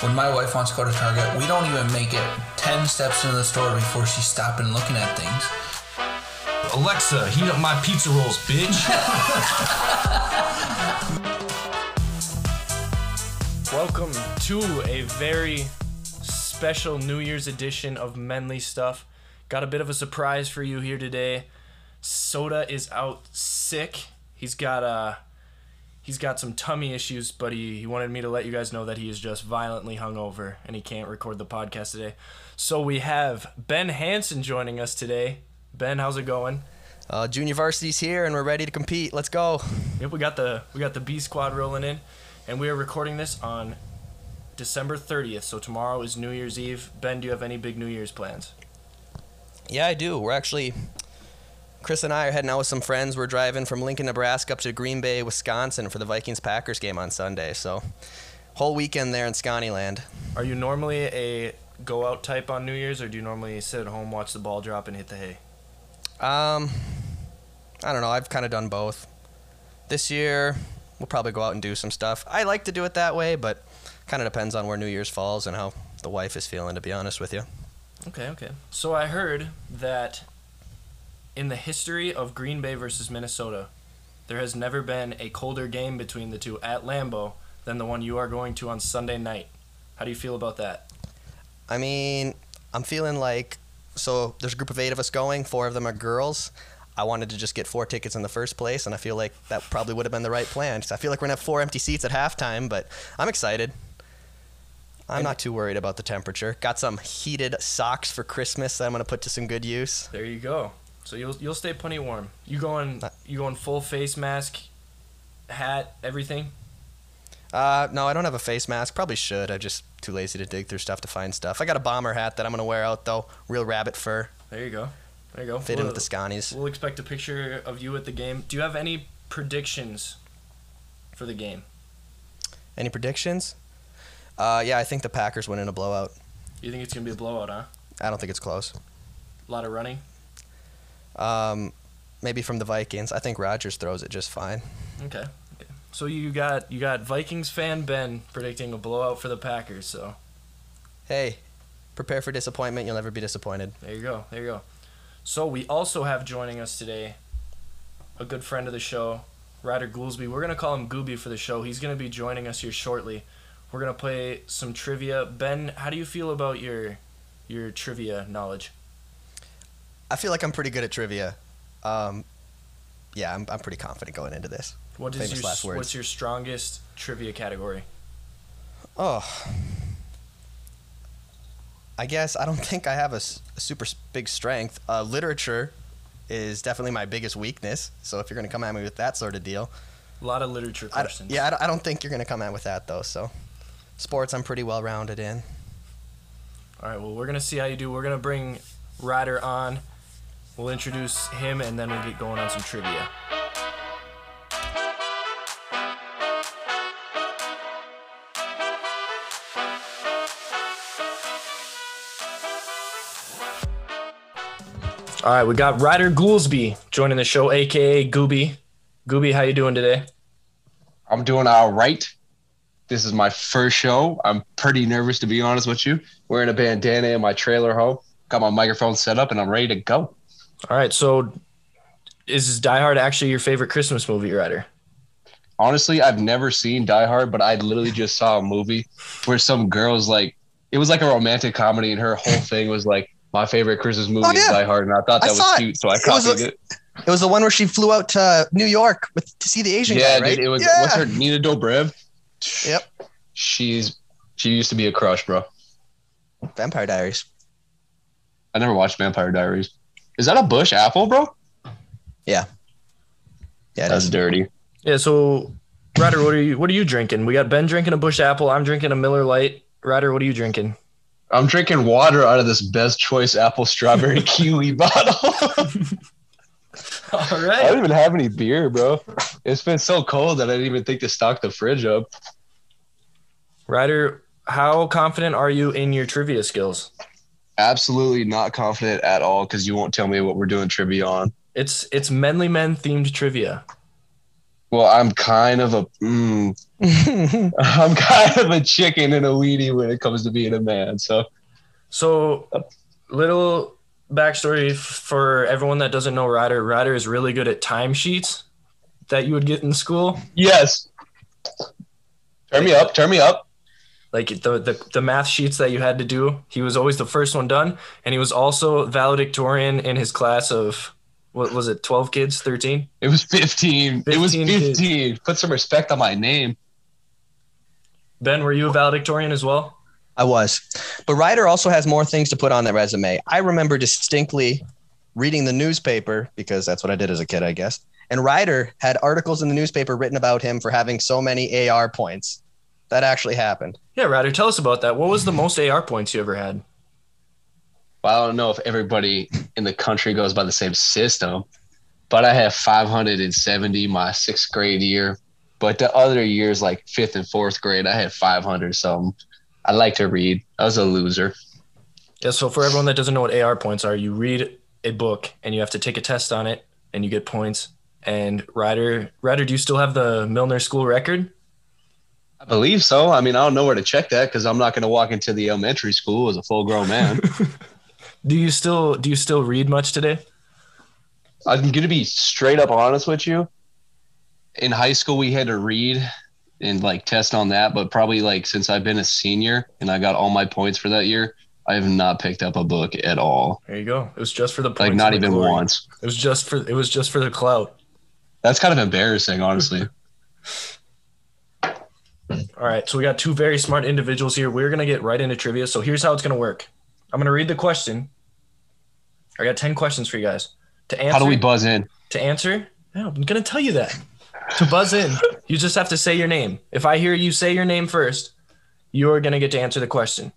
when my wife wants to go to Target, we don't even make it 10 steps into the store before she's stopping looking at things. Alexa, heat up my pizza rolls, bitch. Welcome to a very special New Year's edition of Menly Stuff. Got a bit of a surprise for you here today. Soda is out sick. He's got uh he's got some tummy issues, but he, he wanted me to let you guys know that he is just violently hungover and he can't record the podcast today. So we have Ben Hansen joining us today. Ben, how's it going? Uh, junior varsity's here and we're ready to compete. Let's go. Yep, we got the we got the B squad rolling in, and we are recording this on December thirtieth. So tomorrow is New Year's Eve. Ben, do you have any big New Year's plans? Yeah, I do. We're actually, Chris and I are heading out with some friends. We're driving from Lincoln, Nebraska up to Green Bay, Wisconsin for the Vikings Packers game on Sunday. So, whole weekend there in Scottyland. Are you normally a go out type on New Year's, or do you normally sit at home, watch the ball drop, and hit the hay? Um, I don't know. I've kind of done both. This year, we'll probably go out and do some stuff. I like to do it that way, but kind of depends on where New Year's falls and how the wife is feeling, to be honest with you. Okay, okay. So I heard that in the history of Green Bay versus Minnesota, there has never been a colder game between the two at Lambeau than the one you are going to on Sunday night. How do you feel about that? I mean, I'm feeling like so there's a group of eight of us going, four of them are girls. I wanted to just get four tickets in the first place, and I feel like that probably would have been the right plan. 'cause I feel like we're gonna have four empty seats at halftime, but I'm excited. I'm not too worried about the temperature. Got some heated socks for Christmas that I'm gonna put to some good use. There you go. So you'll you'll stay plenty warm. You going you going full face mask, hat, everything. Uh, no, I don't have a face mask. Probably should. I'm just too lazy to dig through stuff to find stuff. I got a bomber hat that I'm gonna wear out though. Real rabbit fur, There you go. There you go. fit in we'll, with the Sconnies. We'll expect a picture of you at the game. Do you have any predictions for the game? Any predictions? Uh, yeah, I think the Packers win in a blowout. You think it's gonna be a blowout, huh? I don't think it's close. A lot of running. Um, maybe from the Vikings. I think Rodgers throws it just fine. Okay. okay. So you got you got Vikings fan Ben predicting a blowout for the Packers. So Hey, prepare for disappointment. You'll never be disappointed. There you go. There you go. So we also have joining us today a good friend of the show, Ryder Goolsby. We're gonna call him Gooby for the show. He's gonna be joining us here shortly. We're gonna play some trivia. Ben, how do you feel about your your trivia knowledge? I feel like I'm pretty good at trivia. Um, yeah, I'm, I'm pretty confident going into this. What is Famous your last words. what's your strongest trivia category? Oh. I guess I don't think I have a, s- a super s- big strength. Uh, literature is definitely my biggest weakness. So if you're going to come at me with that sort of deal, A lot of literature I d- questions. yeah, I don't, I don't think you're going to come at with that though. So sports, I'm pretty well rounded in. All right. Well, we're gonna see how you do. We're gonna bring Ryder on. We'll introduce him, and then we'll get going on some trivia. All right, we got Ryder Goolsby joining the show, aka Gooby. Gooby, how you doing today? I'm doing all right. This is my first show. I'm pretty nervous to be honest with you. Wearing a bandana in my trailer home. Got my microphone set up and I'm ready to go. All right, so is Die Hard actually your favorite Christmas movie, Ryder? Honestly, I've never seen Die Hard, but I literally just saw a movie where some girl's like, it was like a romantic comedy, and her whole thing was like, my favorite Christmas movie is Oh, yeah. Die Hard, and I thought I that saw was it. cute, so I It was a- copied it. It was the one where she flew out to New York with to see the Asian Yeah, guy, right? dude, it was yeah. what's her Nina Dobrev. Yep. she's she used to be a crush, bro. Vampire Diaries. I never watched Vampire Diaries. Is that a bush apple, bro? Yeah, it That's is. dirty. Yeah, so Ryder, what are you what are you drinking? We got Ben drinking a bush apple, I'm drinking a Miller Light. Ryder, what are you drinking? I'm drinking water out of this best choice apple strawberry kiwi bottle. All I don't right. even have any beer, bro. It's been so cold that I didn't even think to stock the fridge up. Ryder, how confident are you in your trivia skills? Absolutely not confident at all because you won't tell me what we're doing trivia on. It's it's Menly Men themed trivia. Well, I'm kind of a. Mm, I'm kind of a chicken and a weenie when it comes to being a man. So So, little backstory f- for everyone that doesn't know Ryder. Ryder is really good at timesheets that you would get in school. yes, turn me up, turn me up. Like the, the the math sheets that you had to do. He was always the first one done, and he was also valedictorian in his class of what was it, twelve kids, thirteen? It was 15. It was 15 kids. 15. Put some respect on my name. Ben, were you a valedictorian as well? I was. But Ryder also has more things to put on that resume. I remember distinctly reading the newspaper because that's what I did as a kid, I guess. And Ryder had articles in the newspaper written about him for having so many AR points. That actually happened. Yeah, Ryder, tell us about that. What was the most AR points you ever had? Well, I don't know if everybody in the country goes by the same system, but I had 570 my sixth grade year. But the other years, like fifth and fourth grade, I had 500 something. I like to read. I was a loser. Yeah, so for everyone that doesn't know what AR points are, you read a book and you have to take a test on it and you get points. And Ryder, Ryder, do you still have the Milner school record? I believe so. I mean, I don't know where to check that because I'm not going to walk into the elementary school as a full grown man. Do you still do you still read much today? I'm going to be straight up honest with you. In high school, we had to read and like test on that, but probably like since I've been a senior and I got all my points for that year, I have not picked up a book at all. There you go. It was just for the points. Like and not the even glory. once. It was just for it was just for the clout. That's kind of embarrassing, honestly. All right, so we got two very smart individuals here. We're gonna get right into trivia. So here's how it's gonna work. I'm gonna read the question. I got ten questions for you guys to answer. How do we buzz in? to answer? Yeah, I'm gonna tell you that. To buzz in, you just have to say your name. If I hear you say your name first, you're gonna get to answer the question.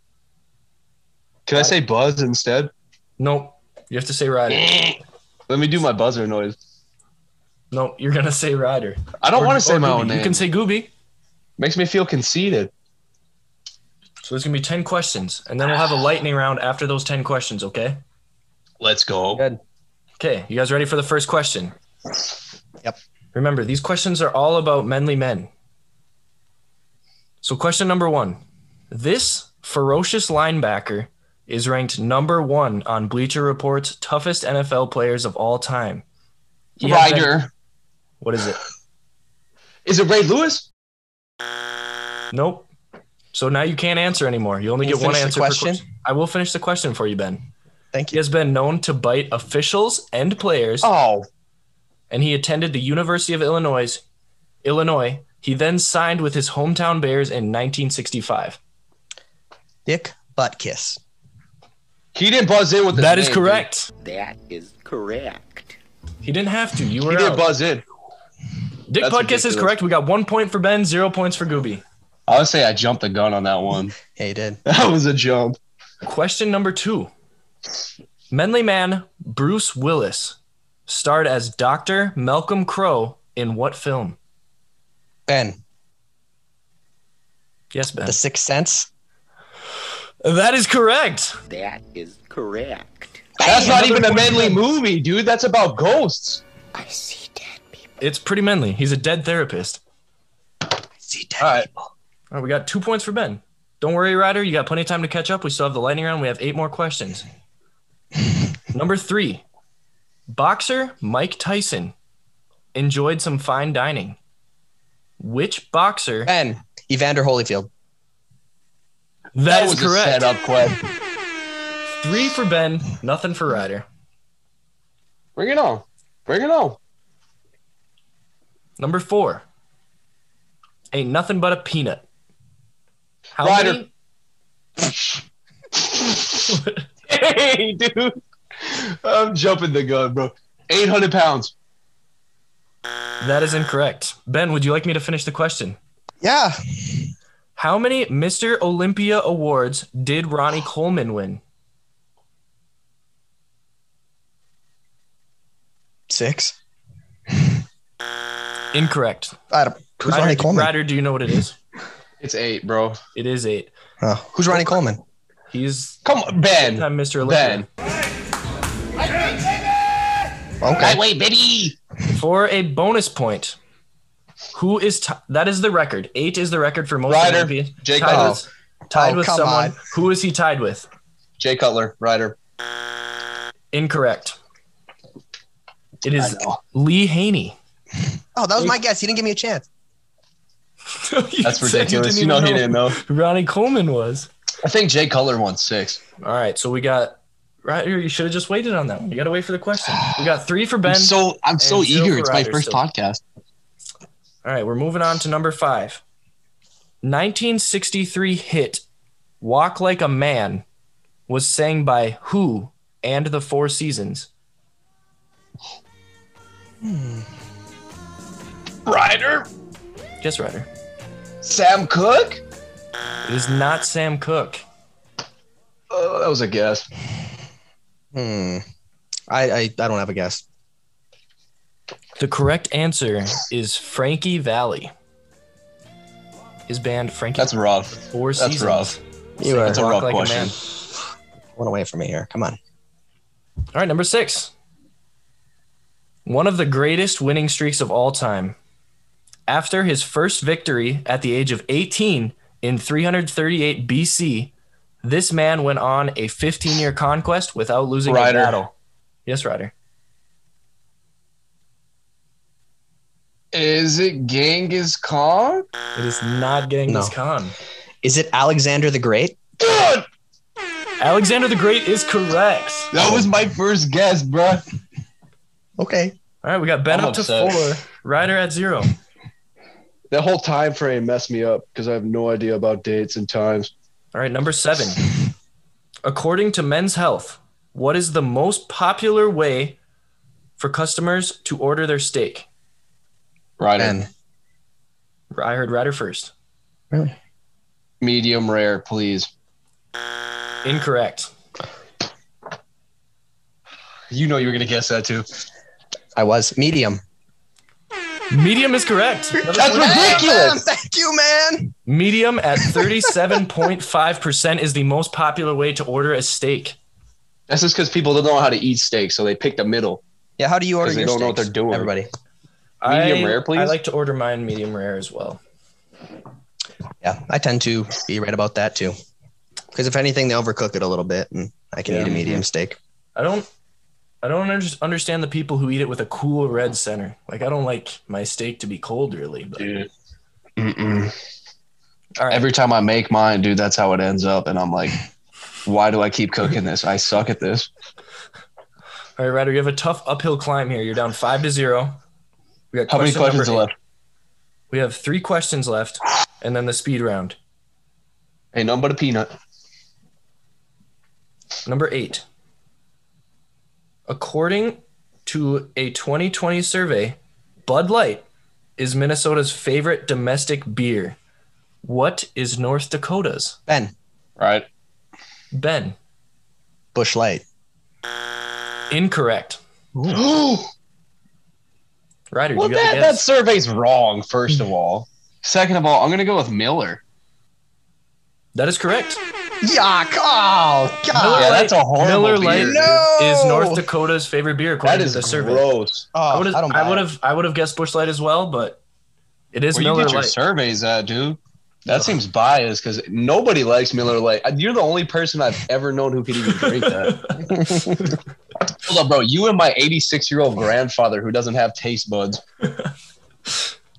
Can I say buzz instead? Nope. You have to say Ryder. Let me do my buzzer noise. Nope, you're gonna say Ryder. I don't want to say my Gooby. own name. You can say Gooby. Makes me feel conceited. So there's gonna be ten questions, and then we'll have a lightning round after those ten questions, okay? Let's go. Good. Okay, you guys ready for the first question? Yep. Remember, these questions are all about manly men. So, question number one This ferocious linebacker is ranked number one on Bleacher Report's toughest NFL players of all time. He has been- Ryder. What is it? Is it Ray Lewis? Nope. So now you can't answer anymore. You only Can you get one finish answer. the per question? question. I will finish the question for you, Ben. Thank He you. has been known to bite officials and players. Oh, and he attended the University of Illinois. Illinois. He then signed with his hometown Bears in 1965. Dick butt kiss. he didn't buzz in with his That is name, dude. correct. That is correct. He didn't have to. You He were didn't out. buzz in. Dick That's Podcast is ridiculous. correct. We got one point for Ben, zero points for Gooby. I would say I jumped the gun on that one. Yeah, you did. That was a jump. Question number two. Menly man Bruce Willis starred as Dr. Malcolm Crowe in what film? Ben, Yes, Ben. the sixth sense. That is correct. That is correct. That's not another even a point manly movie, dude. That's about ghosts. I see dead people. It's pretty manly. He's a dead therapist. See, All right. All right, we got two points for Ben. Don't worry, Ryder. You got plenty of time to catch up. We still have the lightning round. We have eight more questions. Number three, boxer Mike Tyson enjoyed some fine dining. Which boxer? Ben, Evander Holyfield. that is was correct. a setup question. Three for Ben, nothing for Ryder. Bring it on. Bring it on. Number four, ain't nothing but a peanut. How Ryder. many? Hey, dude. I'm jumping the gun, bro. 800 pounds. That is incorrect. Ben, would you like me to finish the question? Yeah. How many Mr. Olympia awards did Ronnie Coleman win? Six. Incorrect. I don't, who's Ryder, Ronnie do- Coleman? Ryder, do you know what it is? It's eight, bro. It is eight. Oh, who's Ronnie Coleman? He's Come on, Ben. time Mr. Olympia. Ben. Okay. Wait, baby. For a bonus point, Who is t- that? Is the record eight? Is the record for most Ryder, MVPs? Jay tied Cutler. with, tied Oh, with come someone. on. Who is he tied with? Jay Cutler, Ryder. Incorrect. It I is know. Lee Haney. Oh, that was my guess. He didn't give me a chance. That's ridiculous. You know, he didn't know. who Ronnie Coleman was. I think Jay Cutler won six. All right, so we got right here. You should have just waited on that one. You got to wait for the question. We got three for Ben. I'm so I'm so and zero eager. for It's my Ryder first still. podcast. All right, we're moving on to number five. 1963 hit Walk Like a Man was sang by who and the Four Seasons? Hmm. Ryder, Guess Ryder. Sam Cook. It is not Sam Cooke. Oh, that was a guess. Hmm. I, I, I don't have a guess. The correct answer is Frankie Valley. His band Frankie That's rough. Four that's Seasons. rough. You are That's a Walk rough Like a question. Man. one away from me here. Come on. All right, number six. One of the greatest winning streaks of all time. After his first victory at the age of 18 in 338 BC, this man went on a 15 year conquest without losing Ryder. a battle. Yes, Ryder. Is it Genghis Khan? It is not Genghis No. Khan. Is it Alexander the Great? Dude, Alexander the Great is correct. that was my first guess, bro. Okay. All right, we got Ben I'm up to upset. four, Ryder at zero. That whole time frame messed me up because I have no idea about dates and times. All right, number seven. According to Men's Health, what is the most popular way for customers to order their steak? Ryder, Ben. I heard Ryder first. medium rare, please. Incorrect. You know you were gonna guess that too. I was medium. Medium is correct. That's ridiculous. Thank you, man. Medium at 37.5% is the most popular way to order a steak. That's just because people don't know how to eat steak, so they pick the middle. Yeah, how do you order 'Cause they your don't know what steaks, they're doing. Everybody. Medium I- rare, please? I like to order mine medium rare as well. Yeah, I tend to be right about that too. Because if anything, they overcook it a little bit, and I can Yeah. eat a medium steak. I don't I don't under- understand the people who eat it with a cool red center. Like I don't like my steak to be cold really. But, Dude. Mm-mm. all right. Every time I make mine, dude, that's how it ends up, and I'm like, why do I keep cooking this? I suck at this. All right, Ryder, you have a tough uphill climb here. You're down five to zero. We got How many question questions are number left? eight. We have three questions left, and then the speed round. Ain't nothing but a peanut. Number eight. According to a 2020 survey, Bud Light is Minnesota's favorite domestic beer. What is North Dakota's? Ben, Right. Ben, Bush Light. incorrect. Ryder, Well, you got that, to that guess. survey's wrong, first of all. Second of all, I'm going to go with Miller. That is correct. Yuck! Oh God! Miller yeah, Lite- that's a horrible Miller beer, Lite dude. No! is North Dakota's favorite beer according That is to the survey. gross. Oh, I would have I don't. I, buy would it. have I would have guessed Bush Light as well, but it is Where you Miller get your Lite. surveys at, dude? That seems biased because nobody likes Miller Lite. Uh, You're the only person I've ever known who could even drink that. Hold up, bro. You and my 86 year old grandfather who doesn't have taste buds.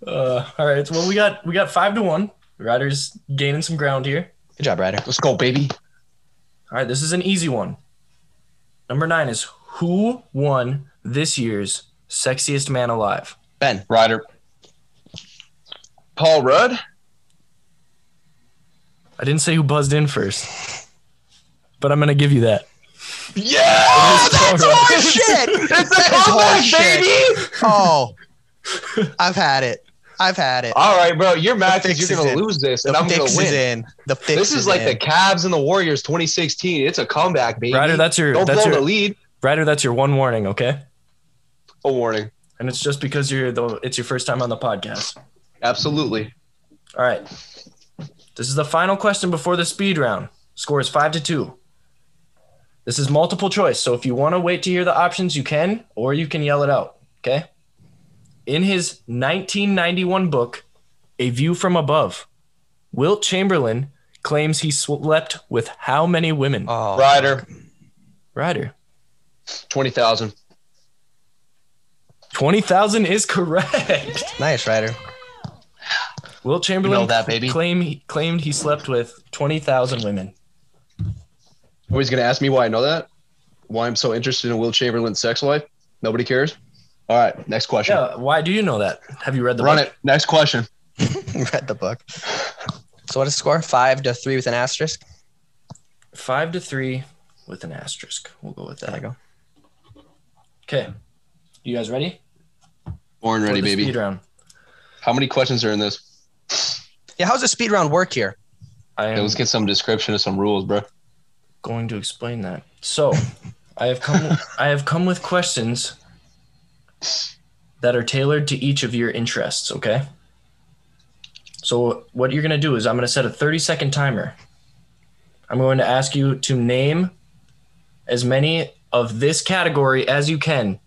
Uh, all right. Well, we got we got five to one. Ryder's gaining some ground here. Good job, Ryder. Let's go, baby. All right, this is an easy one. Number nine is who won this year's Sexiest Man Alive? Ben, Ryder. Paul Rudd? I didn't say who buzzed in first, but I'm gonna give you that. Yeah! That's shit! It's a is comeback, horseshit. baby! Oh, I've had it. I've had it. All right, bro. You're mad The fix because you're is going in. to lose this, The and I'm going fix to is win. in. The fix This is like in. the Cavs and the Warriors 2016. It's a comeback, baby. Ryder, that's your Don't that's blow your the lead. Ryder, that's your one warning, okay? A warning. And it's just because you're the it's your first time on the podcast. Absolutely. All right. This is the final question before the speed round. Score is five to two. This is multiple choice, so if you want to wait to hear the options, you can, or you can yell it out. Okay. in his 1991 book, A View from Above, Wilt Chamberlain claims he slept with how many women? Uh. Oh, Ryder, Ryder. 20,000. 20,000 is correct. nice, Ryder. Will Chamberlain You know that, baby. Claim, claimed he slept with 20,000 women. Oh, he's going to ask me why I know that? Why I'm so interested in Will Chamberlain's sex life? Nobody cares? All right, next question. Yeah, why do you know that? Have you read the Run book? it. Next question. Read the book. So what is the score? Five to three with an asterisk. 5 to 3 with an asterisk. We'll go with There we that. go. Okay. You guys ready? Born ready, For the baby. Speed round. How many questions are in this? Yeah, how's the speed round work here? I Yeah, am let's get some description of some rules, bro. going to explain that. So, I have come I have come with questions that are tailored to each of your interests, okay? So, what you're going to do is I'm going to set a 30-second timer. I'm going to ask you to name as many of this category as you can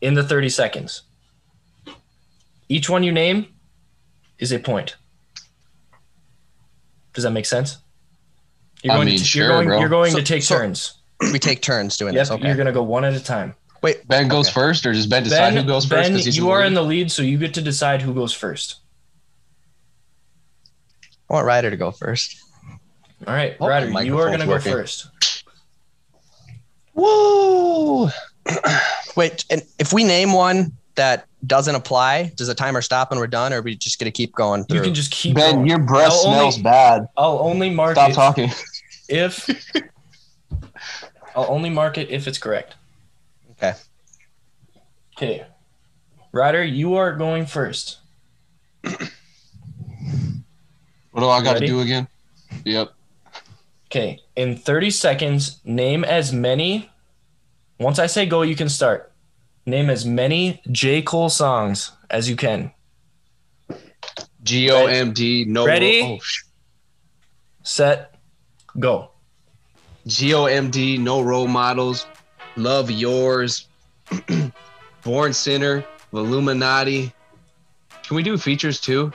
in the 30 seconds. Each one you name is a point. Does that make sense? You're I going mean, to, sure, you're going, bro. you're going So- to take so- turns. We take turns doing Yep, this. Okay. you're gonna go one at a time. Ben goes Okay. first, or does Ben decide ben, who goes first? ben, he's you are in lead? the lead, so you get to decide who goes first. I want Ryder to go first. All right, Hope Ryder, the you are gonna microphone's go working. first. Woo! Wait, and if we name one that doesn't apply, does the timer stop and we're done, or are we just gonna keep going through? You can just keep. Ben, going. your breath I'll only- smells bad. I'll only mark Stop it talking. if. I'll only mark it if it's correct. Okay. Okay, Ryder, you are going first. What do I got to Ready? do again? Yep. Okay, in 30 seconds, name as many. Once I say go, you can start. Name as many J. Cole songs as you can. G O M D. No. Ready? Oh, sh- Set, go. GOMD, No Role Models, Love Yours, Born Sinner, Illuminati. Can we do features too?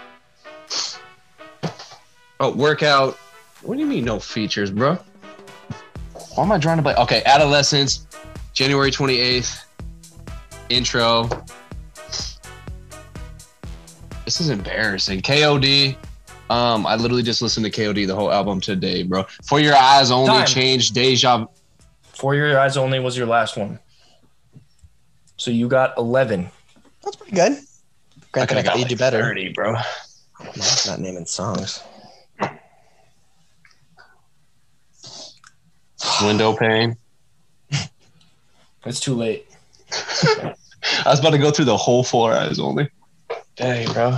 Oh, workout. What do you mean no features, bro? Why am I drawing a blank? Okay, adolescence, January 28th, intro. This is embarrassing. KOD. Um, I literally just listened to KOD the whole album today, bro. For Your Eyes Only, Time. Change, Deja For Your Eyes Only was your last one. So you got 11. That's pretty good. Granted, I, coulda could got, lead you better. Thirty, bro. No, it's not naming songs. Window pane. It's too late. I was about to go through the whole four eyes only. Dang, bro.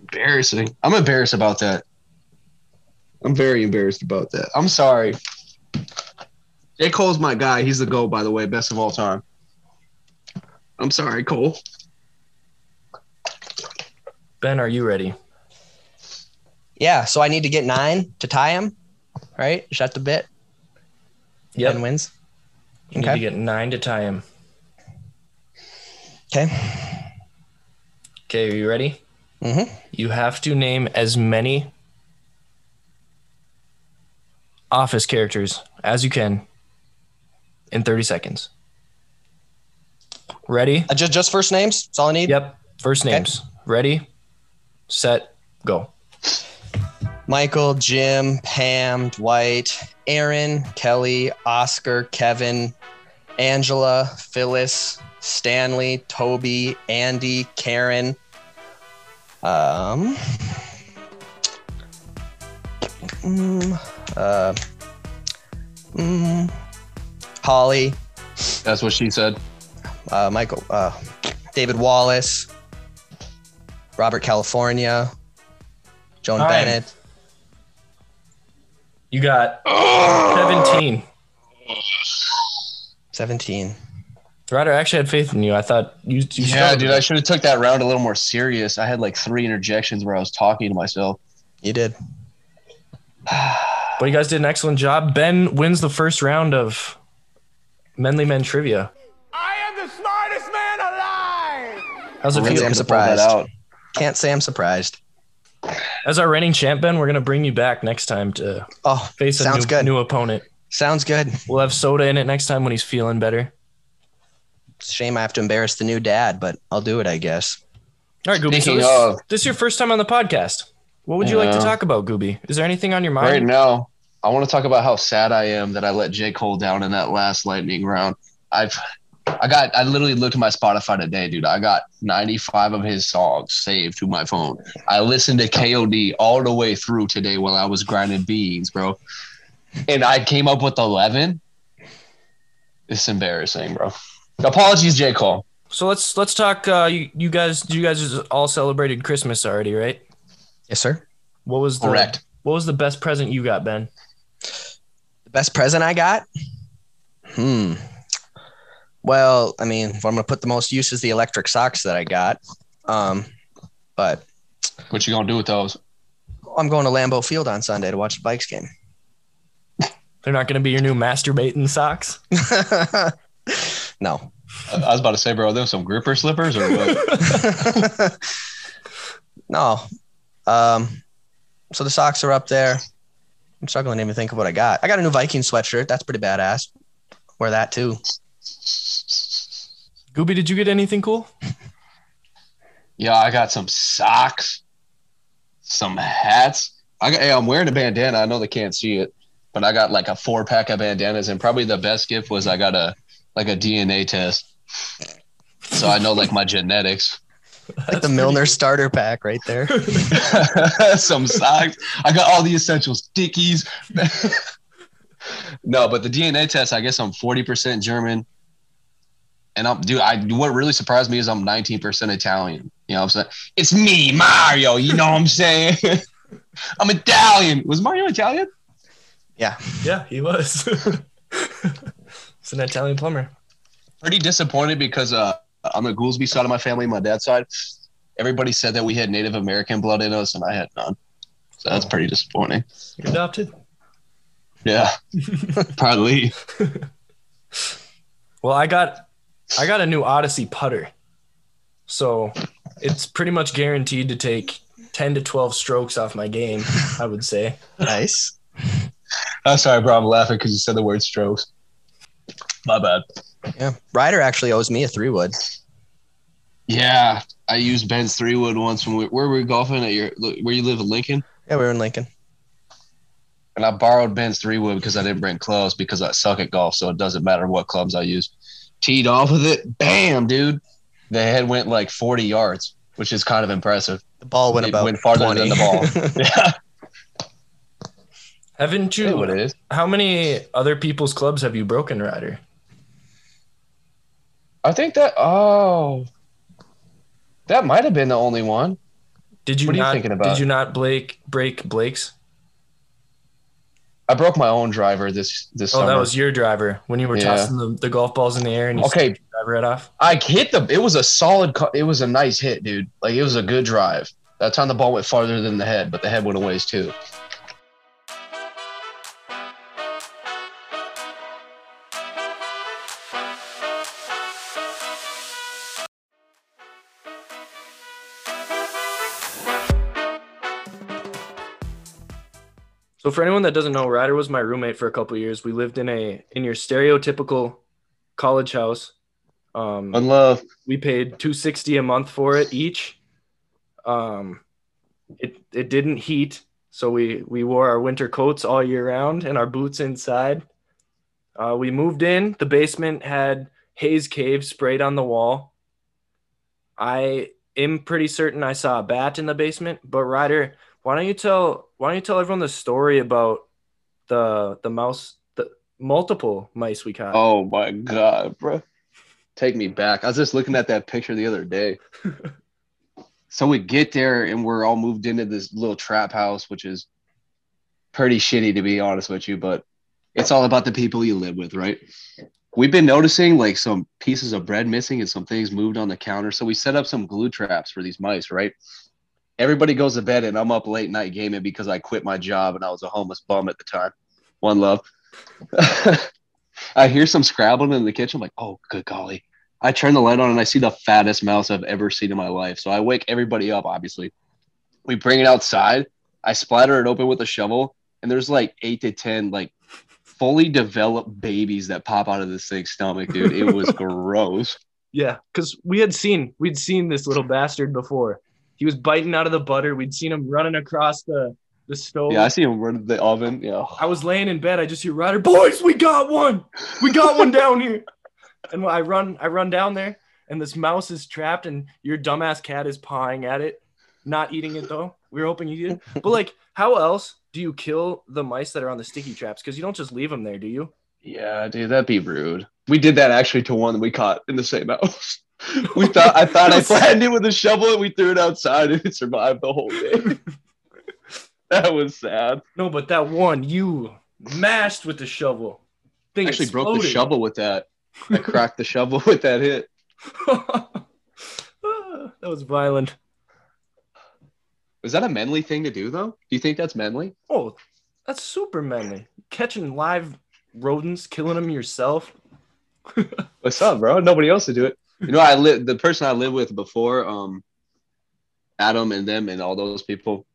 Embarrassing. I'm embarrassed about that. I'm very embarrassed about that. I'm sorry. J. Cole's my guy. He's the GOAT, by the way, best of all time. I'm sorry, Cole. Ben, are you ready? Yeah, so I need to get nine to tie him, right? Shut the bit. Yep. Ben wins. You need to get nine to tie him. Okay. Okay, are you ready? Mhm. You have to name as many office characters as you can in 30 seconds. Ready? Uh, just just first names. That's all I need. Yep. First names. Ready? Set. Go. Michael, Jim, Pam, Dwight, Aaron, Kelly, Oscar, Kevin, Angela, Phyllis, Stanley, Toby, Andy, Karen. Um. mm, uh, mm, Holly, That's what she said. uh, Michael, uh, David Wallace, Robert California, Joan Time. Bennett. You got 17. 17. Ryder, I actually had faith in you. I thought you. you Yeah, struggled. dude, I should have took that round a little more serious. I had like three interjections where I was talking to myself. You did. But you guys did an excellent job. Ben wins the first round of Menly Men Trivia. I am the smartest man alive! How's it Can't feel? say I'm Could've pulled that surprised. out. Can't say I'm surprised. As our reigning champ, Ben, we're gonna bring you back next time to Oh, face a Sounds new, good. new opponent. sounds good. We'll have soda in it next time when he's feeling better. Shame I have to embarrass the new dad, but I'll do it, I guess. All right, Gooby. So Speaking this, of- this is your first time on the podcast. What would you like to Yeah. talk about, Gooby? Is there anything on your mind? Right now, I want to talk about how sad I am that I let Jake Cole down in that last lightning round. I've I got I literally looked at my Spotify today, dude. I got 95 of his songs saved to my phone. I listened to KOD all the way through today while I was grinding beans, bro. And I came up with 11. It's embarrassing, bro. Apologies, J. Cole. So let's let's talk. Uh, you, you guys, you guys just all celebrated Christmas already, right? Yes, sir. What was the Correct. What was the best present you got, Ben? The best present I got? Hmm. Well, I mean, if I'm gonna put the most use is the electric socks that I got. Um, but What you gonna do with those? I'm going to Lambeau Field on Sunday to watch the Bikes game. They're not going to be your new masturbating socks. no. I, I was about to say, bro, those some gripper slippers or what? no. Um, so the socks are up there. I'm struggling to even think of what I got. I got a new Viking sweatshirt. That's pretty badass. Wear that too. Gooby, did you get anything cool? Yeah, I got some socks, some hats. I got, hey, I'm wearing a bandana. I know they can't see it, but I got like a four pack of bandanas, and probably the best gift was I got a like a DNA test, so I know like my genetics. Like the Milner starter pack right there. some socks. I got all the essentials, dickies. no, but the DNA test, I guess I'm 40% German. And I'm dude, I what really surprised me is I'm 19% Italian. You know what I'm saying? It's me, Mario, you know what I'm saying? I'm Italian. Was Mario Italian? Yeah, he was. It's an Italian plumber. Pretty disappointed because uh on the Goolsby side of my family, my dad's side, everybody said that we had Native American blood in us and I had none. So that's pretty disappointing. You're adopted. Yeah. Probably. Well, I got I got a new Odyssey putter. So it's pretty much guaranteed to take 10 to 12 strokes off my game, I would say. nice. I'm sorry, bro. I'm laughing because you said the word strokes. My bad. Yeah. Ryder actually owes me a three wood. Yeah, I used Ben's three wood once when we where were we golfing at your where you live in Lincoln, Yeah, we were in Lincoln. and I borrowed Ben's three wood because I didn't bring clubs because I suck at golf, so it doesn't matter what clubs I use. Teed off with it, bam, dude. The head went like 40 yards, which is kind of impressive. The ball went It about went farther 20. than the ball. yeah, Haven't you know what you it is. how many other people's clubs have you broken, Ryder? I think that oh, that might have been the only one. Did you What are you not thinking about? did you not Blake break Blake's? I broke my own driver this this Oh, summer. that was your driver when you were Yeah. tossing the, the golf balls in the air and you okay. sent your driver right off. I hit the. It was a solid. cu- It was a nice hit, dude. Like it was a good drive. That time the ball went farther than the head, but the head went a ways too. So for anyone that doesn't know, Ryder was my roommate for a couple of years. We lived in a in your stereotypical college house. Um, love. we paid 260 a month for it each um it it didn't heat so we we wore our winter coats all year round and our boots inside uh, we moved in the basement had haze cave sprayed on the wall i am pretty certain i saw a bat in the basement but ryder why don't you tell why don't you tell everyone the story about the the mouse the multiple mice we caught Oh my god, bro. Take me back. I was just looking at that picture the other day. so we get there and we're all moved into this little trap house, which is pretty shitty to be honest with you, but it's all about the people you live with, right? We've been noticing like some pieces of bread missing and some things moved on the counter. So we set up some glue traps for these mice, right? Everybody goes to bed and I'm up late night gaming because I quit my job and I was a homeless bum at the time. One love. I hear some scrabbling in the kitchen. I'm like, oh, good golly. I turn the light on and I see the fattest mouse I've ever seen in my life. So I wake everybody up, obviously. We bring it outside. I splatter it open with a shovel, and there's like eight to 10 like fully developed babies that pop out of this thing's stomach, dude. It was gross. Yeah, because we had seen we'd seen this little bastard before. He was biting out of the butter. We'd seen him running across the the stove. Yeah, I see him run to the oven. Yeah. I was laying in bed. I just hear Ryder, boys, we got one. We got one down here. And I run, I run down there, and this mouse is trapped, and your dumbass cat is pawing at it, not eating it though. We were hoping you eat it, but like, how else do you kill the mice that are on the sticky traps? Because you don't just leave them there, do you? Yeah, dude, that'd be rude. We did that actually to one that we caught in the same house. We thought I thought I flattened it with a shovel and we threw it outside and it survived the whole day. that was sad. No, but that one you mashed with the shovel. Thing actually broke the exploded. shovel with that. I cracked the shovel with that hit. that was violent. Was that a manly thing to do though? Do you think that's manly? Oh, that's super manly. Catching live rodents, killing them yourself. What's up, bro? Nobody else would do it. You know, I live the person I lived with before, um, Adam and them and all those people.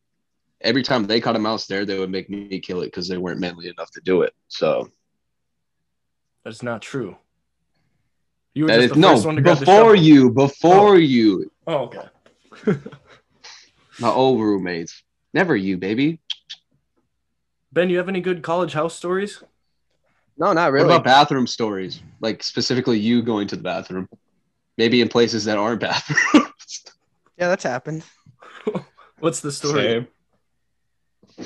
Every time they caught a mouse there, they would make me kill it because they weren't manly enough to do it. So That's not true. You were that just is the no first one to grab the shovel. before you, before you, Oh, okay. my old roommates. Never you, baby. Ben, you have any good college house stories? No, not really. What about bathroom stories? Like specifically you going to the bathroom, maybe in places that aren't bathrooms. yeah, that's happened. What's the story?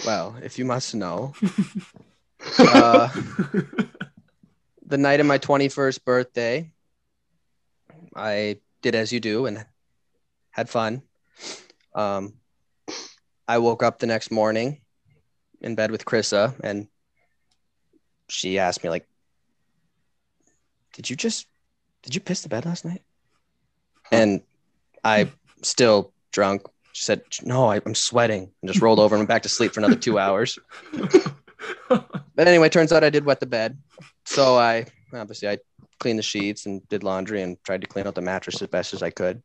Well, if you must know, uh, the night of my 21st birthday, I did as you do and had fun. Um, I woke up the next morning in bed with Krissa, and she asked me, like, did you just, did you piss the bed last night? And I still drunk. She said, no, I, I'm sweating. And just rolled over and went back to sleep for another two hours. But anyway, turns out I did wet the bed. So I obviously I cleaned the sheets and did laundry and tried to clean out the mattress as best as I could.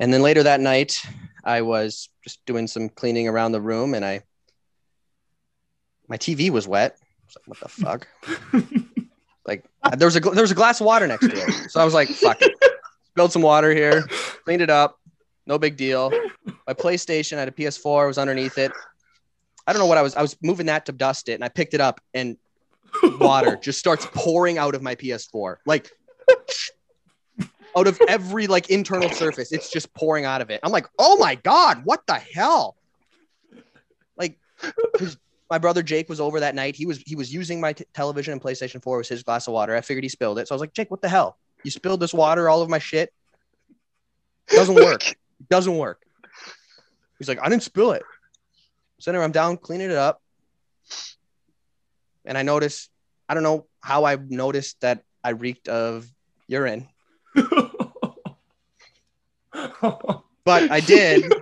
And then later that night, I was just doing some cleaning around the room and I my TV was wet. I was like, what the fuck? like there was a gl- there was a glass of water next to it. So I was like, fuck it. Spilled some water here, cleaned it up, no big deal. My PlayStation, I had a PS4, was underneath it. I don't know what I was. I was moving that to dust it, and I picked it up, and water just starts pouring out of my PS4, like out of every like internal surface. It's just pouring out of it. I'm like, oh my god, what the hell? Like, 'cause my brother Jake was over that night. He was he was using my t- television and PlayStation 4 was his glass of water. I figured he spilled it, so I was like, Jake, what the hell? You spilled this water all over my shit. Doesn't work. Doesn't work. He's like, I didn't spill it. So anyway, I'm down cleaning it up. And I notice, I don't know how I noticed that I reeked of urine, but I did.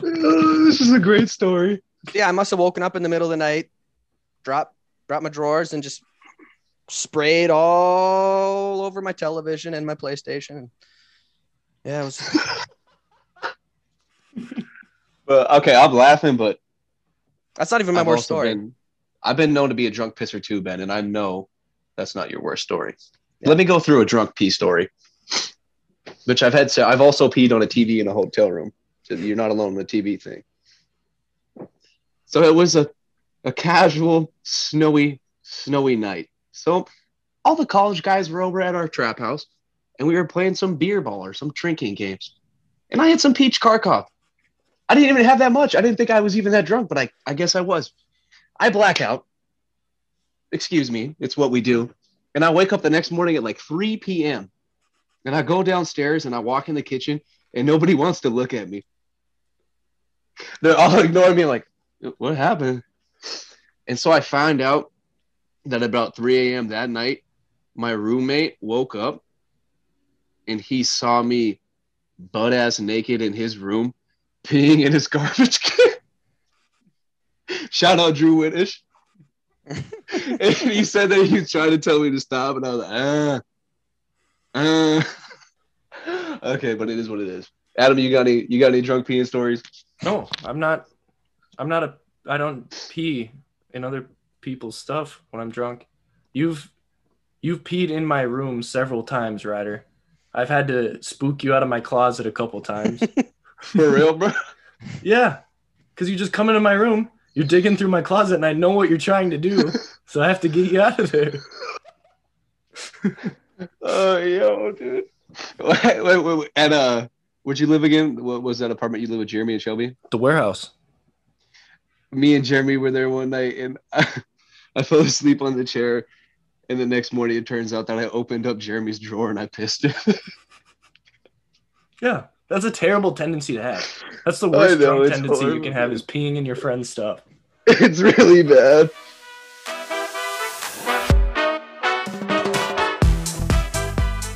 this is a great story. yeah, I must have woken up in the middle of the night, dropped dropped my drawers and just sprayed all over my television and my PlayStation. Yeah, it was But okay, I'm laughing, but that's not even my I've worst also story. been- I've been known to be a drunk pisser too, Ben, and I know that's not your worst story. Yeah. Let me go through a drunk pee story, which I've had. So I've also peed on a TV in a hotel room. So you're not alone with the TV thing. So it was a, a casual, snowy, snowy night. So all the college guys were over at our trap house, and we were playing some beer ball or some drinking games. And I had some peach Karkov. I didn't even have that much. I didn't think I was even that drunk, but I, I guess I was. I black out. Excuse me, it's what we do. And I wake up the next morning at like 3 p.m. And I go downstairs and I walk in the kitchen and nobody wants to look at me. They're all ignoring me, like, what happened? And so I find out that about 3 a.m. that night, my roommate woke up and he saw me butt ass naked in his room, peeing in his garbage can. Shout out Drew Winish. and he said that he was trying to tell me to stop, and I was like, ah. Uh, okay, but it is what it is. Adam, you got any you got any drunk peeing stories? No, I'm not. I'm not a. I don't pee in other people's stuff when I'm drunk. You've you've peed in my room several times, Ryder. I've had to spook you out of my closet a couple times. For real, bro? yeah, because you just come into my room, you're digging through my closet, and I know what you're trying to do, so I have to get you out of there. Oh, yo, dude. Wait, wait, wait, wait. And uh, would you live again? What was that apartment you live with Jeremy and Shelby? The warehouse. Me and Jeremy were there one night, and I, I fell asleep on the chair. And the next morning, it turns out that I opened up Jeremy's drawer and I pissed it. Yeah, that's a terrible tendency to have. That's the worst know, drunk it's tendency you horrible, can have dude. is peeing in your friend's stuff. it's really bad.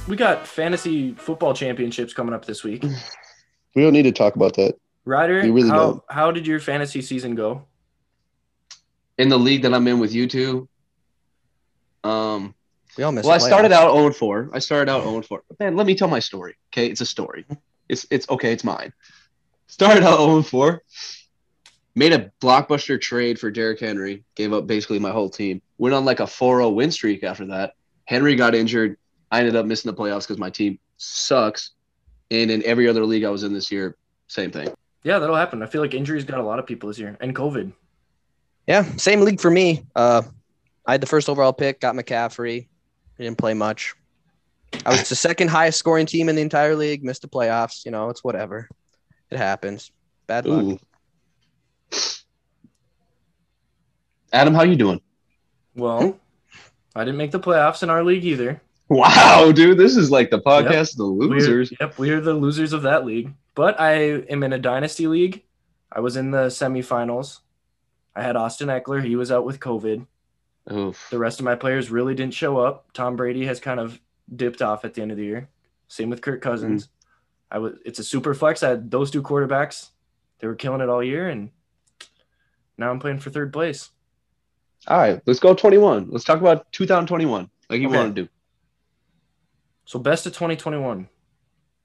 We got fantasy football championships coming up this week. We don't need to talk about that. Ryder, You really how, don't. how did your fantasy season go? in the league that I'm in with you two, um, We all missed. well, I started playoffs. out 0 4. I started out 0 4. Man, let me tell my story. Okay, it's a story. It's it's okay. It's mine. Started out 0 4. Made a blockbuster trade for Derrick Henry. Gave up basically my whole team. Went on like a 4-0 win streak after that. Henry got injured. I ended up missing the playoffs because my team sucks. And in every other league I was in this year, same thing. Yeah, that'll happen. I feel like injuries got a lot of people this year and COVID. Yeah, same league for me. Uh, I had the first overall pick, got McCaffrey. He didn't play much. I was the second highest scoring team in the entire league. Missed the playoffs. You know, it's whatever. It happens. Bad luck. Ooh. Adam, how you doing? Hmm. Well, I didn't make the playoffs in our league either. Wow, dude, this is like the podcast Yep. of the We're- losers. yep, we are the losers of that league. But I am in a dynasty league. I was in the semifinals. I had Austin Eckler. He was out with COVID. Oof. The rest of my players really didn't show up. Tom Brady has kind of dipped off at the end of the year. Same with Kirk Cousins. Mm-hmm. I was it's a super flex. I had those two quarterbacks. They were killing it all year and now I'm playing for third place. All right, let's go 21. Let's talk about 2021, like you Okay. want to do. So best of 2021.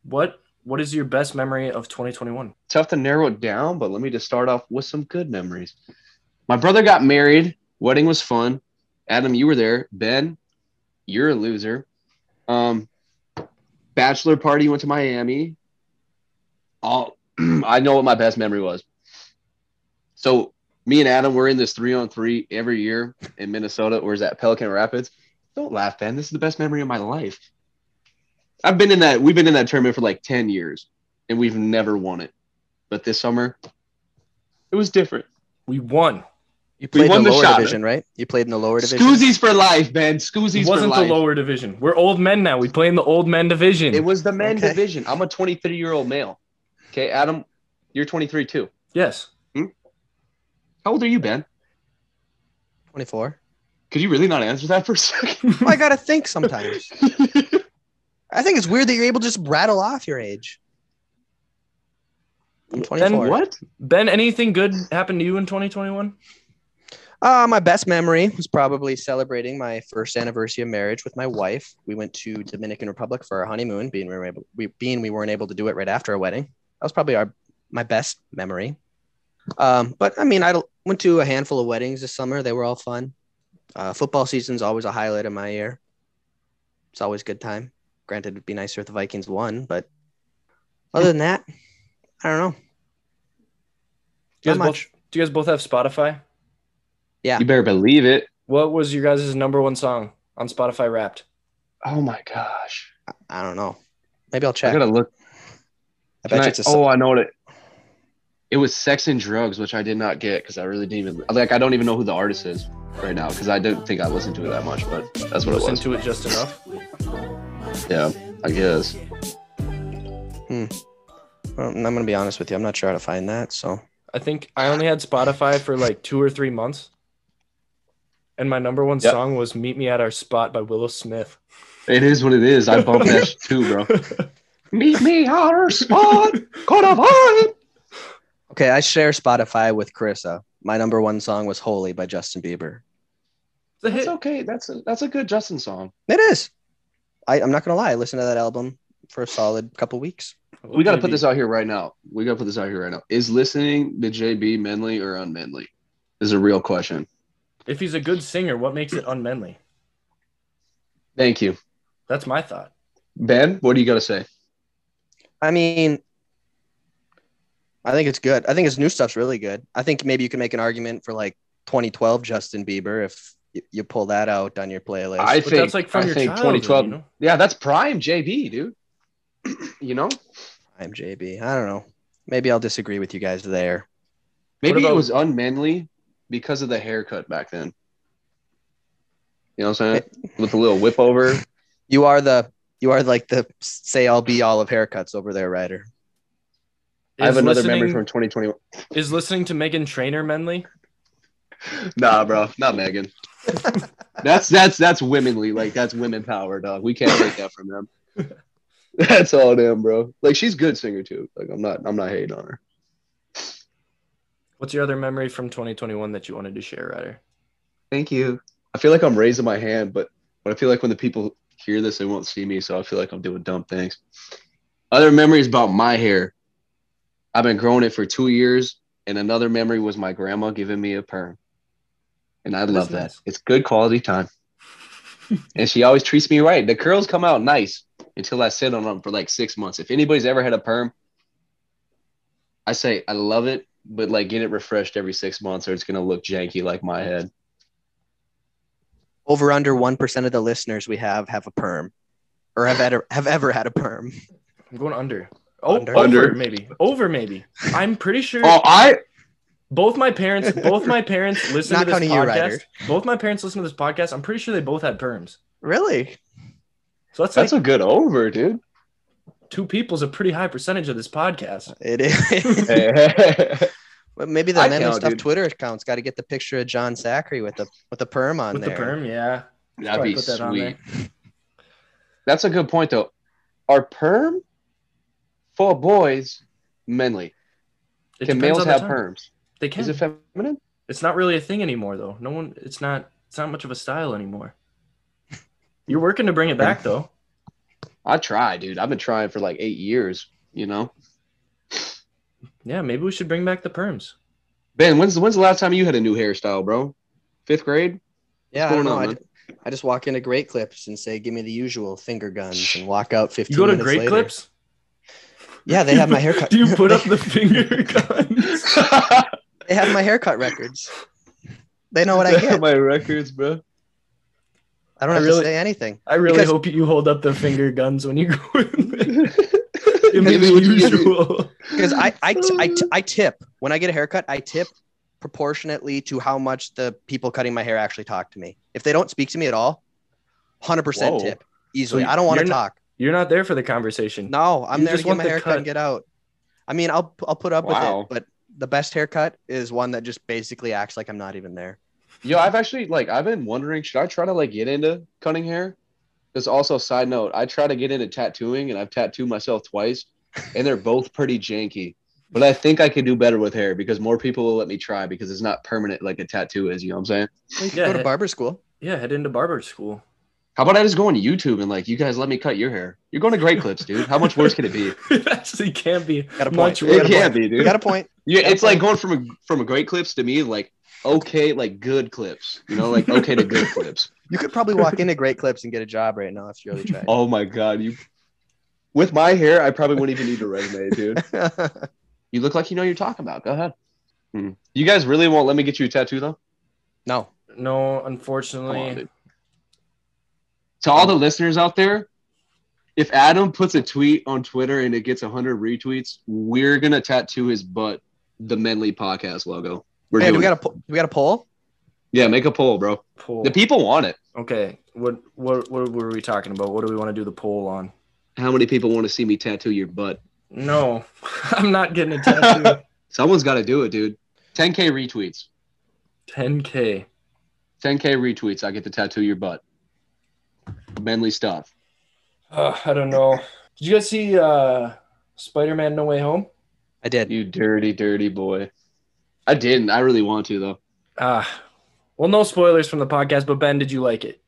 What what is your best memory of 2021? Tough to narrow it down, but let me just start off with some good memories. My brother got married. Wedding was fun. Adam, you were there. Ben, you're a loser. Um, bachelor party went to Miami. All I know what my best memory was. So me and Adam were in this three on three every year in Minnesota, or is that Pelican Rapids? Don't laugh, Ben. This is the best memory of my life. I've been in that. We've been in that tournament for like ten years, and we've never won it. But this summer, it was different. We won. You played won in the, the lower shot. division, right? You played in the lower division. Scoozies for life, Ben. It Scoozies for wasn't the life. lower division. We're old men now. We play in the old men division. It was the men Okay. division. I'm a 23 year old male. Okay, Adam, you're 23 too. yes. How old are you, Ben? 24. Could you really not answer that for a second? Well, I gotta think sometimes. I think it's weird that you're able to just rattle off your age. I'm 24. what? Ben, anything good happened to you in 2021? Uh, my best memory was probably celebrating my first anniversary of marriage with my wife. We went to Dominican Republic for our honeymoon, being we were able, we, being we weren't able to do it right after our wedding. That was probably our my best memory. Um, but I mean, I d- went to a handful of weddings this summer. They were all fun. Uh, football season's always a highlight of my year. It's always a good time. Granted, it'd be nicer if the Vikings won, but other than that, I don't know. Do you guys Not both, do you guys both have Spotify? You better believe it. What was your guys' number one song on Spotify Wrapped? Oh my gosh. I don't know. Maybe I'll I check. I, gotta look. bet Can you I- it's a oh, I know it. It was Sex and Drugs, which I did not get because I really didn't even like. I don't even know who the artist is right now because I don't think I listened to it that much. But that's what it Listen was. to it just enough. Yeah, I guess. Well, um, I'm gonna be honest with you. I'm not sure how to find that. So I think I only had Spotify for like two or three months. And my number one Yep. song was Meet Me at Our Spot by Willow Smith. It is what it is. I bumped that shit too, bro. Meet me on our spot. Caught a vibe. okay, I share Spotify with Carissa. My number one song was "Holy" by Justin Bieber. The It's hit. okay. That's a, that's a good Justin song. It is. I, I'm not gonna lie. I listened to that album for a solid couple weeks. We got to put this out here right now. We got to put this out here right now. Is listening to JB manly or unmanly? This is a real question. If he's a good singer, what makes it unmanly? Thank you, That's my thought. Ben. What do you got to say? I mean, I think it's good. I think his new stuff's really good. I think maybe you can make an argument for like 2012 Justin Bieber if y- you pull that out on your playlist. I But think that's like from I your think childhood, 2012. you know? Yeah, that's prime JB, dude. you know, I'm JB. I don't know. Maybe I'll disagree with you guys there. maybe about- it was unmanly because of the haircut back then. You know what I'm saying? With the little whip over. You are the you are like the say all be all of haircuts over there, Ryder. I have Is another listening, memory from 2021. Is listening to Megan Trainor manly? Nah, bro, not Megan. that's that's that's womenly, like that's women power, dog. We can't take that from them. That's all them, bro. Like she's a good singer too. Like I'm not I'm not hating on her. What's your other memory from 2021 that you wanted to share, Ryder? Thank you. I feel like I'm raising my hand, but but I feel like when the people hear this, they won't see me, so I feel like I'm doing dumb things. Other memories about my hair. I've been growing it for two years, and another memory was my grandma giving me a perm, and I love that. nice. It's good quality time, and she always treats me right. The curls come out nice until I sit on them for like six months. If anybody's ever had a perm, I say I love it, but like get it refreshed every six months, or it's gonna look janky like my head. Over under one percent of the listeners we have have a perm, or have ever have ever had a perm. I'm going under. Oh, Under. over Under. maybe. Over maybe. I'm pretty sure Oh, I both my parents, both my parents listen Not to this counting you, Ryder. podcast. both my parents listen to this podcast. I'm pretty sure they both had perms. Really? So that's, that's like a good over, dude. two people's a pretty high percentage of this podcast. It is. That's But maybe the I Manly count, Stuff dude. Twitter account's got to get the picture of John Zachary with the with the perm on With there. the perm, yeah. That'd Probably be put that on sweet. a good point though. Are perm for boys manly? It Can depends males on the have time. perms? They can. Is it feminine? it's not really a thing anymore though. No one it's not it's not much of a style anymore. You're working to bring it back though. I try, dude. I've been trying for like eight years. You know, Yeah, maybe we should bring back the perms. Ben. When's when's the last time you had a new hairstyle, bro? Fifth grade. Yeah, I What's don't know. going on, I, man? ju- I just walk into Great Clips and say, "Give me the usual finger guns," and walk out fifteen. You go to minutes Great later. Clips? Yeah, they have my haircut. Do you put up the finger guns? They have my haircut records. They know what I get. My records, bro. I don't have really- to say anything. I really Because- hope you hold up the finger guns when you go in there. Give me Maybe the we should- usual. because I I, t- I, t- I tip when I get a haircut. I tip proportionately to how much the people cutting my hair actually talk to me. If they don't speak to me at all, hundred Whoa. percent tip easily. So I don't want to you're not- talk. You're not there for the conversation. No, I'm you there to just get want my the haircut cut. and get out. I mean, I'll I'll put up Wow. with it, but the best haircut is one that just basically acts like I'm not even there. Yo, I've actually like I've been wondering, should I try to like get into cutting hair? Because also, side note, I try to get into tattooing, and I've tattooed myself twice, and they're both pretty janky. But I think I can do better with hair because more people will let me try because it's not permanent like a tattoo is. You know what I'm saying? Well, you can Yeah, go it- to barber school. Yeah, head into barber school. How about I just go on YouTube and like you guys let me cut your hair? You're going to great clips, dude. How much worse can it be? it actually can't be Got a much point. You It worse. got a can't point. be, You dude. got a point. Yeah, Gotta it's like going from a from a great clips to me like okay, like good clips. You know, like okay to good clips. You could probably walk into Great Clips and get a job right now if you really tried. Oh my god, you. With my hair, I probably wouldn't even need a resume, dude. You look like you know what you're talking about. Go ahead. Hmm. You guys really won't let me get you a tattoo though. no, No, Oh, Come on, unfortunately. dude. To all the listeners out there, if Adam puts a tweet on Twitter and it gets 100 retweets, we're gonna tattoo his butt the Menly Podcast logo. We're hey, doing we got it. a po- we got a poll. yeah, make a poll, bro. Poll. The people want it. Okay. What what what were we talking about? What do we want to do the poll on? How many people want to see me tattoo your butt? No. I'm not getting a tattoo. Someone's got to do it, dude. 10k retweets. 10k. 10k retweets, I get to tattoo your butt. Manly stuff. Uh, I don't know. Did you guys see uh Spider-Man No Way Home? I did. You dirty, dirty boy. I didn't. I really want to though. Ah. well, no spoilers from the podcast, but Ben, did you like it?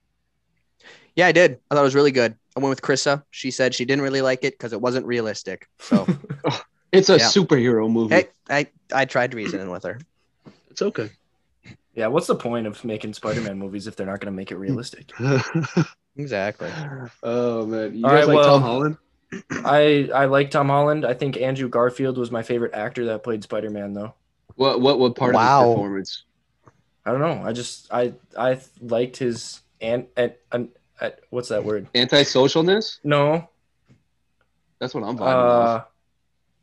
Yeah, I did. I thought it was really good. I went with Krissa. She said she didn't really like it because it wasn't realistic. So It's a Yeah. superhero movie. hey, I I tried reasoning with her. It's okay. Yeah, what's the point of making Spider-Man movies if they're not going to make it realistic? Exactly. oh man, you All right, guys like well- Tom Holland? I I like Tom Holland. I think Andrew Garfield was my favorite actor that played Spider-Man though. What what what part of Wow. his performance? I don't know. I just I I liked his and and an, an, what's that word? Antisocialness? No. That's what I'm vibing off. Uh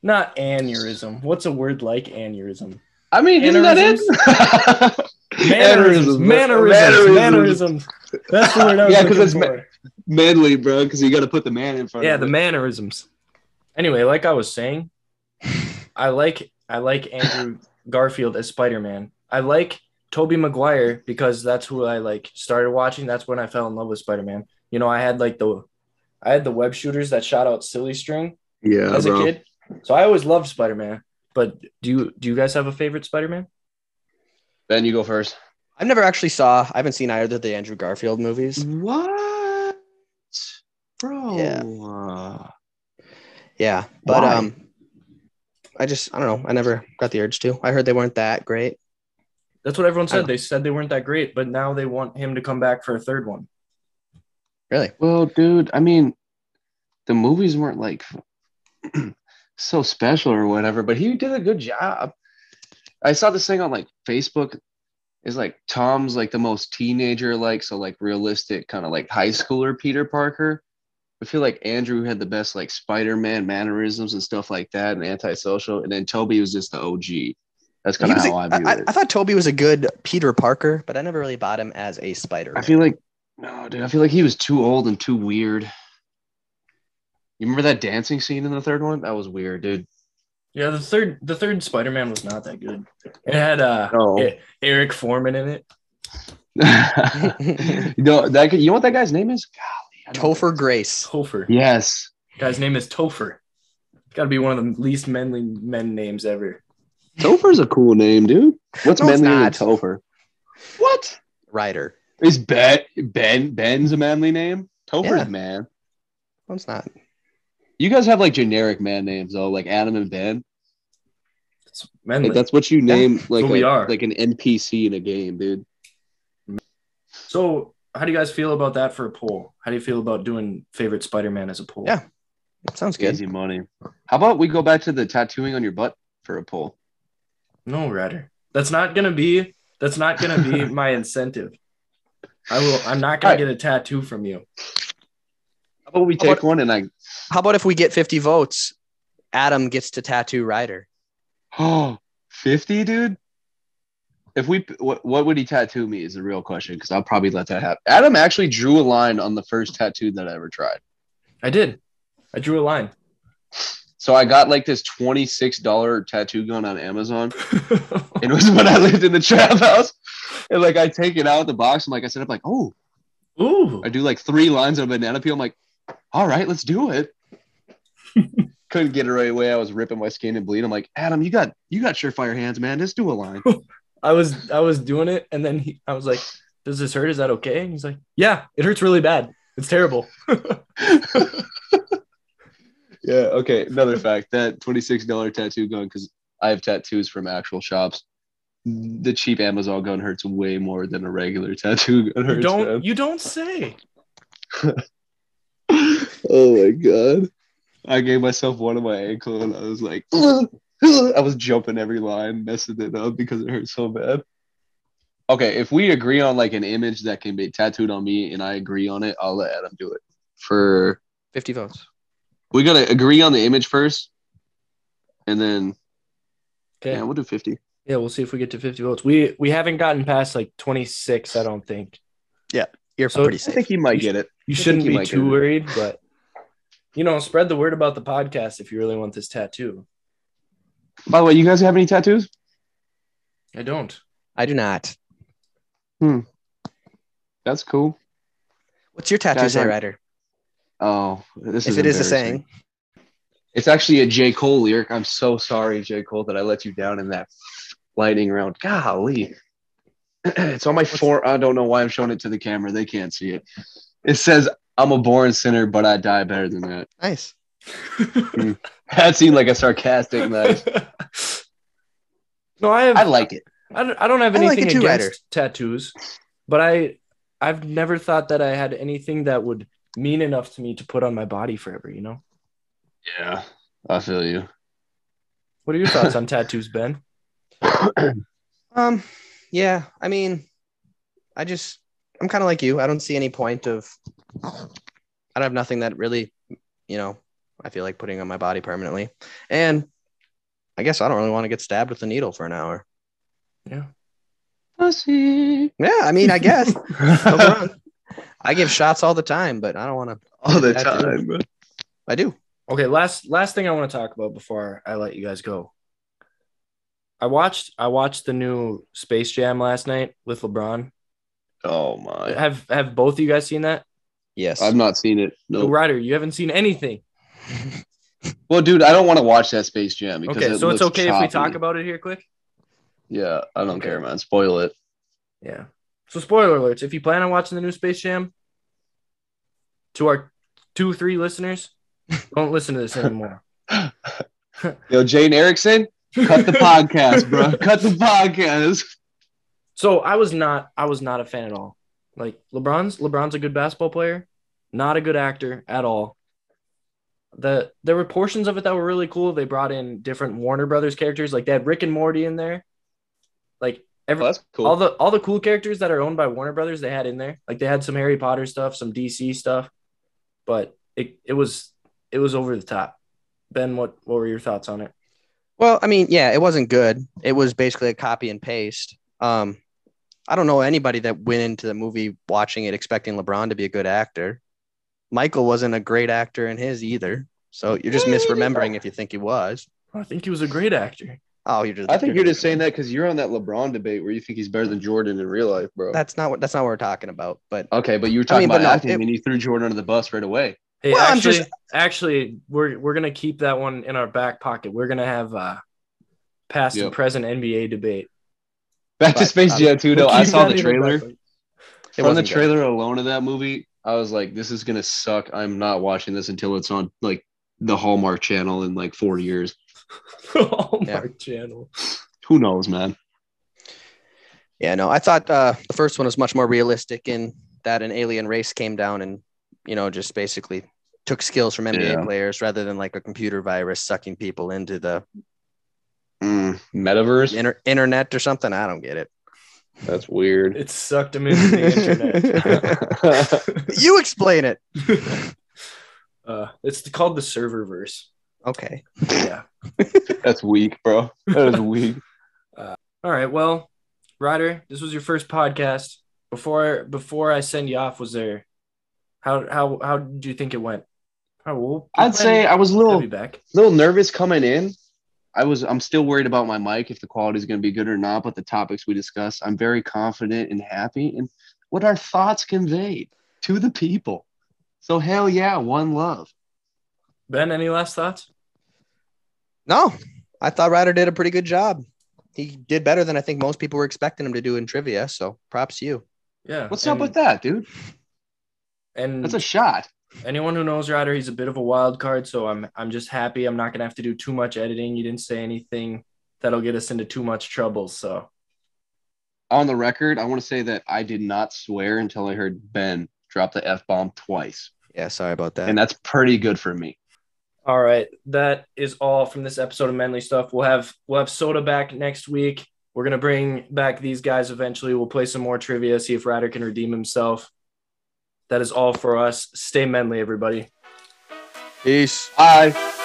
not aneurysm. What's a word like aneurysm? I mean, isn't that it? Mannerisms. Mannerisms. Mannerisms. Mannerisms. That's the word I was Yeah, 'cause looking it's ma- for. Manly, bro, because you got to put the man in front. yeah of the it. mannerisms anyway like i was saying i like i like andrew garfield as spider-man i like toby maguire because that's who i like started watching that's when i fell in love with spider-man you know i had like the i had the web shooters that shot out silly string Yeah, as a bro. kid so i always loved spider-man but do you do you guys have a favorite spider-man Ben, you go first. I've never actually saw. I haven't seen either of the Andrew Garfield Mm-hmm. movies. What, bro? Yeah, but Why? um, I just I don't know. I never got the urge to. I heard they weren't that great. that's what everyone I said don't- they said they weren't that great but now they want him to come back for a third one Really? Well, dude, I mean, the movies weren't like so special or whatever, but he did a good job. I saw this thing on like Facebook. Is like Tom's like the most teenager like, so like realistic kind of like high schooler Peter Parker. I feel like Andrew had the best like Spider Man mannerisms and stuff like that and antisocial. And then Toby was just the OG. That's He kind of was a- how I view I, it. I thought Toby was a good Peter Parker. But I never really bought him as a spider. I feel like no, dude. I feel like he was too old and too weird. You remember that dancing scene in the third one? That was weird, dude. Yeah, the third the third Spider Man was not that good. It had uh No. E- Eric Foreman in it. no, that guy- you know what that guy's name is? Golly, I don't- Topher Grace. Topher. Yes, Guy's name is Topher. It's gotta be one of the least manly men names ever. Topher's a cool name, dude. What's No, it's manlier than not. Topher? What Ryder. is Ben? Ben Ben's a manly name. Topher's Yeah. man. No, it's not. You guys have like generic man names though, like Adam and Ben. It's manly. Like that's what you name like what we a- are. like an NPC in a game, dude. so how do you guys feel about that for a poll? How do you feel about doing favorite Spider Man as a poll? Yeah. That sounds good. Easy money. How about we go back to the tattooing on your butt for a poll? No, Ryder. That's not gonna be that's not gonna be my incentive. I will I'm not gonna Alright. get a tattoo from you. How about we How about- take one and I? How about if we get 50 votes, Adam gets to tattoo Ryder? Oh, 50, dude. If we, what, what would he tattoo me is the real question because I'll probably let that happen. Adam actually drew a line on the first tattoo that I ever tried. I did. I drew a line. So I got like this $26 tattoo gun on Amazon. It was when I lived in the trap house. And like I take it out of the box and like I set up like, oh, Ooh. I do like three lines on a banana peel. I'm like, all right, let's do it. Couldn't get it right away. I was ripping my skin and bleeding. I'm like, Adam, you got you got surefire hands, man. Let's do a line. I was I was doing it, and then he, I was like, "Does this hurt? Is that okay?" And he's like, "Yeah, it hurts really bad. It's terrible." yeah. Okay. Another fact that twenty six dollar tattoo gun because I have tattoos from actual shops. The cheap Amazon gun hurts way more than a regular tattoo gun You hurts. don't man. you don't say. oh my god! I gave myself one of my ankle and I was like, I was jumping every line, messing it up because it hurt so bad. Okay, if we agree on like an image that can be tattooed on me and I agree on it, I'll let Adam do it. For 50 votes. we gotta agree on the image first, and then yeah, we'll do fifty. yeah, we'll see if we get to fifty votes. We we haven't gotten past like twenty six, I don't think. You're So- pretty I safe. think he might get it. You I think shouldn't you be might too get it. worried, but you know, spread the word about the podcast if you really want this tattoo. By the way, you guys have any tattoos? I don't. I do not. That's cool. What's your tattoo Guys, say, I'm- Ryder? Oh, this If it is a saying. It's actually a J. Cole lyric. I'm so sorry, J. Cole, that I let you down in that lightning round. Golly. it's on my forearm. I don't know why I'm showing it to the camera. They can't see it. It says, I'm a born sinner, but I die better than that. Nice. That seemed like a sarcastic knife. no, I have. I like it. I don't, I don't have I like anything it too, against Ryder. tattoos, but I I've never thought that I had anything that would mean enough to me to put on my body forever. You know. Yeah, I feel you. What are your thoughts on tattoos, Ben? Um, yeah. I mean, I just I'm kind of like you. I don't see any point of. I have nothing that really, you know, I feel like putting on my body permanently. And I guess I don't really want to get stabbed with a needle for an hour. Pussy. Yeah, I mean, I guess. Don't get me wrong. I give shots all the time, but I don't want to. All the That time. bro. I do. Okay, last last thing I want to talk about before I let you guys go. I watched I watched the new Space Jam last night with LeBron. Oh my. Have have both of you guys seen that? Yes. I've not seen it. No. Ryder, you haven't seen anything. Well, dude, I don't want to watch that Space Jam because Okay, it so it's looks okay if we choppy. talk about it here quick. Yeah, I don't Okay. care, man. Spoil it. Yeah. So spoiler alerts, if you plan on watching the new Space Jam, to our two, three listeners, don't listen to this anymore. Yo, Jane Erickson, cut the podcast, bro. Cut the podcast. So I was not I was not a fan at all. Like LeBron's LeBron's a good basketball player, not a good actor at all. The there were portions of it that were really cool. They brought in different Warner Brothers characters, like they had Rick and Morty in there. Like every Well, that's cool. all the all the cool characters that are owned by Warner Brothers they had in there. Like they had some Harry Potter stuff, some DC stuff, but it it was it was over the top. Ben, what what were your thoughts on it? Well, I mean, yeah, it wasn't good. It was basically a copy and paste. Um, I don't know anybody that went into the movie watching it expecting LeBron to be a good actor. Michael wasn't a great actor in his either. So you're just misremembering if you think he was. Oh, I think he was a great actor. Oh, you're just I think you're just saying that because you're on that LeBron debate where you think he's better than Jordan in real life, bro. that's not what that's not what we're talking about, but okay, but you were talking mean, but about no, acting it- and you threw Jordan under the bus right away. Hey, Well, I'm actually, just- actually, we're we're gonna keep that one in our back pocket. We're gonna have uh past Yep. and present NBA debate. Back to But, Space um, Jam 2, though. We'll I keep saw that the in our back trailer. pocket. It From the wasn't good. trailer alone of that movie, I was like, this is going to suck. I'm not watching this until it's on like the Hallmark channel in like four years. Hallmark Oh, Channel. Who knows, man? Yeah, no, I thought uh, the first one was much more realistic in that an alien race came down and, you know, just basically took skills from NBA Yeah. players rather than like a computer virus sucking people into the Mm, metaverse? inter- internet or something. I don't get it. That's weird. It sucked him into the You explain it. internet. uh, it's called the serververse. Okay. Yeah. That's weak, bro. That is weak. All right. Well, Ryder, this was your first podcast. Before before I send you off, was there how how how did you think it went? Oh, well, I'd say I was a I'll little be back. little nervous coming in. I was I'm still worried about my mic if the quality is going to be good or not, but the topics we discussed, I'm very confident and happy and what our thoughts conveyed to the people. So hell yeah, one love. Ben, any last thoughts? No, I thought Ryder did a pretty good job. He did better than I think most people were expecting him to do in trivia. So props to you. Yeah. What's up and- with that, dude? And Mm. That's a shot. anyone who knows Ryder, he's a bit of a wild card. So I'm I'm just happy I'm not gonna have to do too much editing. You didn't say anything that'll get us into too much trouble. So On the record, I want to say that I did not swear until I heard Ben drop the F bomb twice. Yeah, sorry about that. And that's pretty good for me. all right, that is all from this episode of Manly Stuff. We'll have we'll have Soda back next week. We're gonna bring back these guys eventually. We'll play some more trivia, see if Ryder can redeem himself. That is all for us. Stay manly, everybody. Peace. Bye.